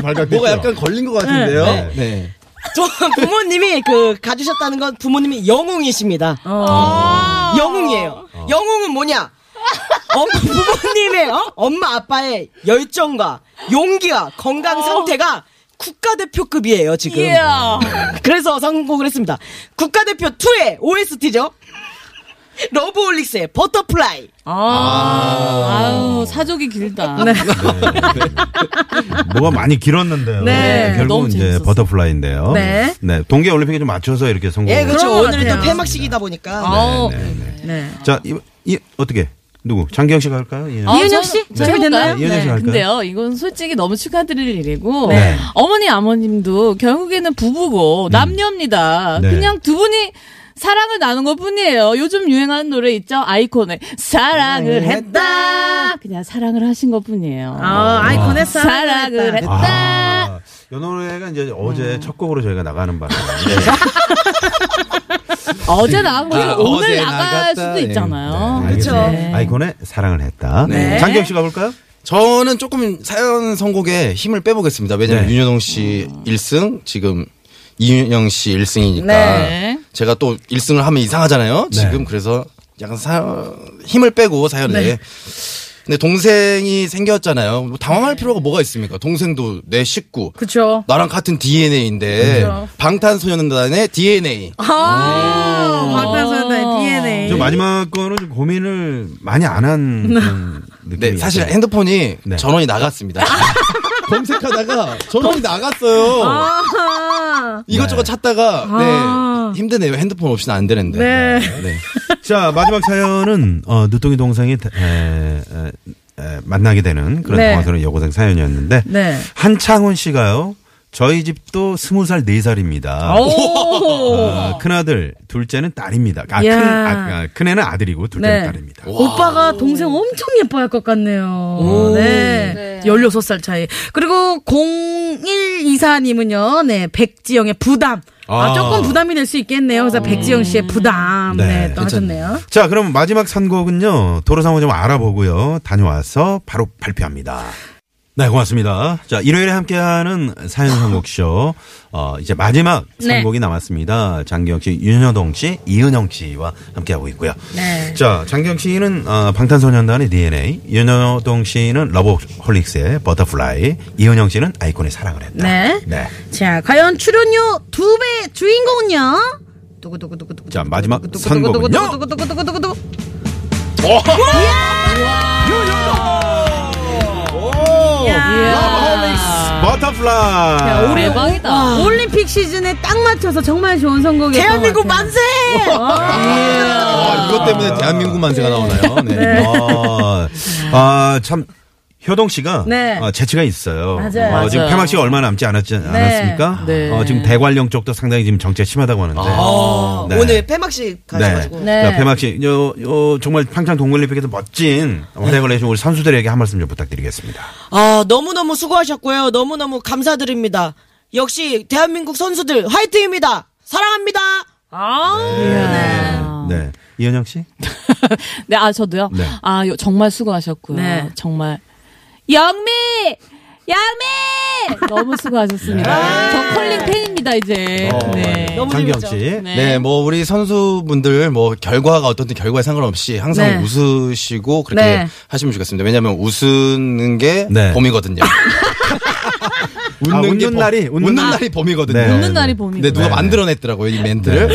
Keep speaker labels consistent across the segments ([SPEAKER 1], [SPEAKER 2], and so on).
[SPEAKER 1] 발각됐어.
[SPEAKER 2] 뭐가 약간 걸린 것 같은데요.
[SPEAKER 1] 네.
[SPEAKER 2] 네.
[SPEAKER 3] 저 부모님이 그 가지셨다는 건 부모님이 영웅이십니다.
[SPEAKER 4] 어.
[SPEAKER 3] 어. 영웅이에요.
[SPEAKER 1] 어.
[SPEAKER 3] 영웅은 뭐냐? 엄- 부모님의 어? 엄마 아빠의 열정과 용기와
[SPEAKER 4] 어.
[SPEAKER 3] 건강 상태가 국가대표급이에요 지금.
[SPEAKER 5] 이야.
[SPEAKER 3] 그래서 선곡을 했습니다. 국가대표 2의 OST죠. 러브올릭스의 버터플라이.
[SPEAKER 5] 아우, 사족이 길다.
[SPEAKER 1] 뭐가 많이 길었는데요.
[SPEAKER 4] 네.
[SPEAKER 1] 결국은
[SPEAKER 5] 너무
[SPEAKER 1] 이제
[SPEAKER 5] 재밌었어요.
[SPEAKER 1] 버터플라이인데요.
[SPEAKER 4] 네.
[SPEAKER 1] 동계 올림픽에 좀 맞춰서 이렇게 성공.
[SPEAKER 3] 예, 그렇죠.
[SPEAKER 4] 그런 것
[SPEAKER 3] 오늘은 또
[SPEAKER 4] 같아요. 어.
[SPEAKER 3] 폐막식이다 보니까.
[SPEAKER 5] 아우.
[SPEAKER 4] 네.
[SPEAKER 1] 자, 이, 이 어떻게? 누구? 장기영 씨가 할까요? 예.
[SPEAKER 5] 아,
[SPEAKER 4] 이은영
[SPEAKER 5] 저는-
[SPEAKER 4] 씨?
[SPEAKER 5] 네.
[SPEAKER 4] 준비됐나요?
[SPEAKER 1] 네, 이은영 씨 할까요?
[SPEAKER 5] 근데요, 이건 솔직히 너무 축하드릴 일이고,
[SPEAKER 1] 네.
[SPEAKER 5] 어머니, 아버님도 결국에는 부부고, 남녀입니다.
[SPEAKER 1] 네.
[SPEAKER 5] 그냥 두 분이 사랑을 나눈 것 뿐이에요. 요즘 유행하는 노래 있죠? 아이콘의 사랑을 했다. 그냥 사랑을 하신 것 뿐이에요.
[SPEAKER 4] 아, 아이콘의 사랑을
[SPEAKER 5] 사랑을
[SPEAKER 4] 했다.
[SPEAKER 5] 했다. 네.
[SPEAKER 1] 아, 이 노래가 이제 어제
[SPEAKER 5] 음.
[SPEAKER 1] 첫 곡으로 저희가 나가는 바람에
[SPEAKER 5] 어제 나간 거지
[SPEAKER 2] 아,
[SPEAKER 5] 오늘
[SPEAKER 2] 어제
[SPEAKER 5] 나갈
[SPEAKER 2] 나갔다.
[SPEAKER 5] 수도
[SPEAKER 2] 예.
[SPEAKER 5] 있잖아요.
[SPEAKER 1] 네, 알겠습니다.
[SPEAKER 5] 네.
[SPEAKER 1] 아이콘의 사랑을 했다. 장기영 씨가 볼까요?
[SPEAKER 2] 저는 조금 사연 선곡에 힘을 빼보겠습니다. 왜냐면
[SPEAKER 1] 네.
[SPEAKER 2] 윤여동 씨 1승, 지금 이윤영 씨 1승이니까
[SPEAKER 5] 네.
[SPEAKER 2] 제가 또 1승을 하면 이상하잖아요. 지금 그래서 약간 사, 힘을 빼고 사연에. 근데 동생이 생겼잖아요. 뭐 당황할 필요가 뭐가 있습니까? 동생도 내 식구.
[SPEAKER 4] 그쵸.
[SPEAKER 2] 나랑 같은 DNA인데 방탄소년단의 DNA.
[SPEAKER 4] 아, 방탄소년단의 DNA.
[SPEAKER 1] 저 마지막 거는 좀 고민을 많이 안한 느낌이
[SPEAKER 2] 네, 사실 핸드폰이
[SPEAKER 1] 네.
[SPEAKER 2] 전원이 나갔습니다. 검색하다가 전원이 나갔어요.
[SPEAKER 4] 아,
[SPEAKER 2] 이것저것 찾다가
[SPEAKER 5] 아.
[SPEAKER 2] 네 힘드네요. 핸드폰 없이는 안 되는데.
[SPEAKER 4] 네.
[SPEAKER 2] 네.
[SPEAKER 1] 자 마지막 사연은 어, 누뚱이 동생이 에, 에, 에, 만나게 되는 그런
[SPEAKER 4] 네.
[SPEAKER 1] 당황스러운 여고생 사연이었는데
[SPEAKER 4] 네.
[SPEAKER 1] 한창훈 씨가요. 저희 집도 스무 살 네 살입니다. 아, 큰아들, 둘째는 딸입니다. 아, 큰,
[SPEAKER 4] 야.
[SPEAKER 1] 아, 아, 큰애는 아들이고 둘째는
[SPEAKER 4] 네.
[SPEAKER 1] 딸입니다.
[SPEAKER 4] 오빠가 동생 엄청 예뻐할 것 같네요. 네. 16살 차이. 그리고 0124님은요, 네, 백지영의 부담. 아,
[SPEAKER 1] 아.
[SPEAKER 4] 조금 부담이 될 수 있겠네요. 그래서 백지영 씨의 부담. 네,
[SPEAKER 1] 네,
[SPEAKER 4] 또 하셨네요.
[SPEAKER 1] 자, 그럼 마지막 선곡은요. 도로 상황 좀 알아보고요. 다녀와서 바로 발표합니다. 네, 고맙습니다. 자, 일요일에 함께하는 사연 선곡쇼. 어, 이제 마지막
[SPEAKER 4] 네.
[SPEAKER 1] 선곡이 남았습니다. 장기영 씨, 윤여동 씨, 이은영 씨와 함께하고 있고요.
[SPEAKER 4] 네.
[SPEAKER 1] 자, 장기영 씨는 어, 방탄소년단의 DNA, 윤여동 씨는 러브홀릭스의 버터플라이, 이은영 씨는 아이콘의 사랑을 했다.
[SPEAKER 4] 네.
[SPEAKER 1] 네.
[SPEAKER 4] 자, 과연 출연료 두 배 주인공은요? 두구두구두구두구.
[SPEAKER 1] 자, 마지막
[SPEAKER 4] 두구두구두구,
[SPEAKER 1] 선곡은요?
[SPEAKER 4] 두구두구두구두구두구.
[SPEAKER 1] 버터플라이!
[SPEAKER 5] 대박이다.
[SPEAKER 4] 올림픽 시즌에 딱 맞춰서 정말 좋은 선곡이었던
[SPEAKER 3] 대한민국
[SPEAKER 4] 것 같아요.
[SPEAKER 3] 만세!
[SPEAKER 2] 아, 이것 때문에 대한민국 만세가 나오나요? 네.
[SPEAKER 1] 아, 아, 참. 효동 씨가
[SPEAKER 4] 네.
[SPEAKER 1] 어, 재치가 있어요.
[SPEAKER 4] 맞아요.
[SPEAKER 1] 어, 지금
[SPEAKER 5] 맞아요.
[SPEAKER 1] 폐막 씨가 얼마 남지 않았지, 않았습니까?
[SPEAKER 5] 네.
[SPEAKER 1] 어, 지금 대관령 쪽도 상당히 지금 정체 심하다고 하는데.
[SPEAKER 4] 어.
[SPEAKER 1] 네.
[SPEAKER 3] 아, 오늘 폐막식
[SPEAKER 1] 네.
[SPEAKER 3] 가셔가지고.
[SPEAKER 4] 네.
[SPEAKER 1] 자, 폐막 씨, 요, 요, 정말 평창 동계올림픽에서 멋진 활약을 해주신 우리 선수들에게 한 말씀 좀 부탁드리겠습니다.
[SPEAKER 3] 아, 너무너무 수고하셨고요. 너무너무 감사드립니다. 역시 대한민국 선수들 화이팅입니다. 사랑합니다.
[SPEAKER 4] 아.
[SPEAKER 1] 네. 이현영 씨?
[SPEAKER 5] 네, 아, 저도요?
[SPEAKER 1] 네.
[SPEAKER 5] 아, 요- 정말 수고하셨고요.
[SPEAKER 4] 네.
[SPEAKER 5] 정말. 영미! 영미! 너무 수고하셨습니다. 저 컬링 팬입니다, 이제. 네.
[SPEAKER 1] 어, 장기영 씨.
[SPEAKER 2] 네, 뭐 우리 선수분들 뭐 결과가 어떻든 결과에 상관없이 항상
[SPEAKER 4] 네.
[SPEAKER 2] 웃으시고 그렇게
[SPEAKER 4] 네.
[SPEAKER 2] 하시면 좋겠습니다. 왜냐하면 웃는 게
[SPEAKER 1] 네.
[SPEAKER 2] 범이거든요.
[SPEAKER 1] 아, 웃는
[SPEAKER 3] 뭐,
[SPEAKER 2] 게 범-
[SPEAKER 1] 날이, 웃는
[SPEAKER 2] 웃는
[SPEAKER 1] 날-
[SPEAKER 2] 날이 범이거든요.
[SPEAKER 1] 네.
[SPEAKER 5] 웃는 날이
[SPEAKER 2] 근데
[SPEAKER 5] 봄이고.
[SPEAKER 1] 네.
[SPEAKER 2] 누가 만들어냈더라고요 이 멘트를. 네.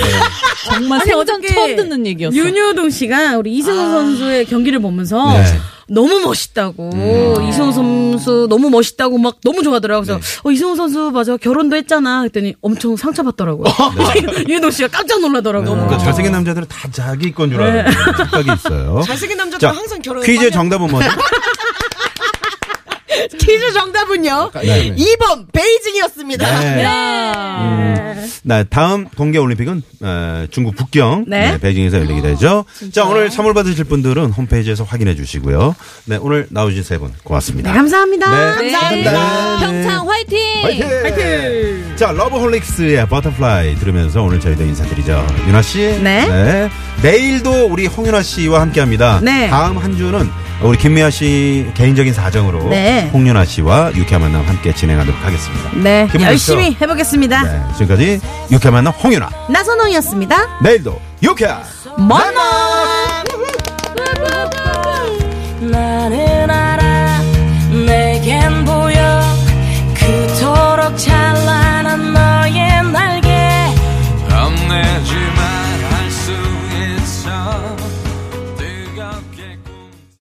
[SPEAKER 5] 정말 생전
[SPEAKER 4] 어떻게
[SPEAKER 5] 처음 듣는 얘기였어. 아.
[SPEAKER 4] 윤효동 씨가 우리 이승우 선수의 경기를 보면서
[SPEAKER 1] 네. 음.
[SPEAKER 4] 너무 멋있다고 이승우 선수 너무 멋있다고 막 너무 좋아하더라고 그래서
[SPEAKER 1] 네.
[SPEAKER 4] 어, 이승우 선수 맞아 결혼도 했잖아 그랬더니 엄청 상처받더라고요
[SPEAKER 1] 어.
[SPEAKER 4] 윤효동 씨가 깜짝 놀라더라고요
[SPEAKER 1] 그러니까 잘생긴 남자들은 다 자기 건 줄
[SPEAKER 4] 네.
[SPEAKER 1] 아는 그런 착각이 있어요.
[SPEAKER 3] 잘생긴 남자들
[SPEAKER 1] 자,
[SPEAKER 3] 항상 결혼
[SPEAKER 1] 퀴즈 정답은 뭐죠?
[SPEAKER 3] 퀴즈 정답은요.
[SPEAKER 1] 네.
[SPEAKER 3] 2번 베이징이었습니다.
[SPEAKER 1] 네. 음, 네, 다음 동계올림픽은 어, 중국 북경
[SPEAKER 4] 네.
[SPEAKER 1] 네, 베이징에서 열리게 되죠.
[SPEAKER 5] 아,
[SPEAKER 1] 자 오늘 선물 받으실 분들은 홈페이지에서 확인해 주시고요. 네 오늘 나오신 세 분 고맙습니다.
[SPEAKER 4] 감사합니다
[SPEAKER 1] 네. 네.
[SPEAKER 5] 감사합니다. 평창 화이팅!
[SPEAKER 1] 자 러브홀릭스의 버터플라이 들으면서 오늘 저희도 인사드리죠. 윤아 씨.
[SPEAKER 4] 네.
[SPEAKER 1] 내일도 우리 홍윤아 씨와 함께합니다.
[SPEAKER 4] 네.
[SPEAKER 1] 다음 한 주는 우리 김미아 씨 개인적인 사정으로
[SPEAKER 4] 네.
[SPEAKER 1] 홍윤아 씨와 유쾌한 만남 함께 진행하도록 하겠습니다.
[SPEAKER 4] 네,
[SPEAKER 1] 기분이
[SPEAKER 4] 열심히 해보겠습니다
[SPEAKER 1] 네, 지금까지 유쾌한 만남 홍윤아.
[SPEAKER 4] 나선홍이었습니다
[SPEAKER 1] 내일도 유쾌한.
[SPEAKER 4] 만나
[SPEAKER 6] 나는 알아 내겐 보여 그토록 참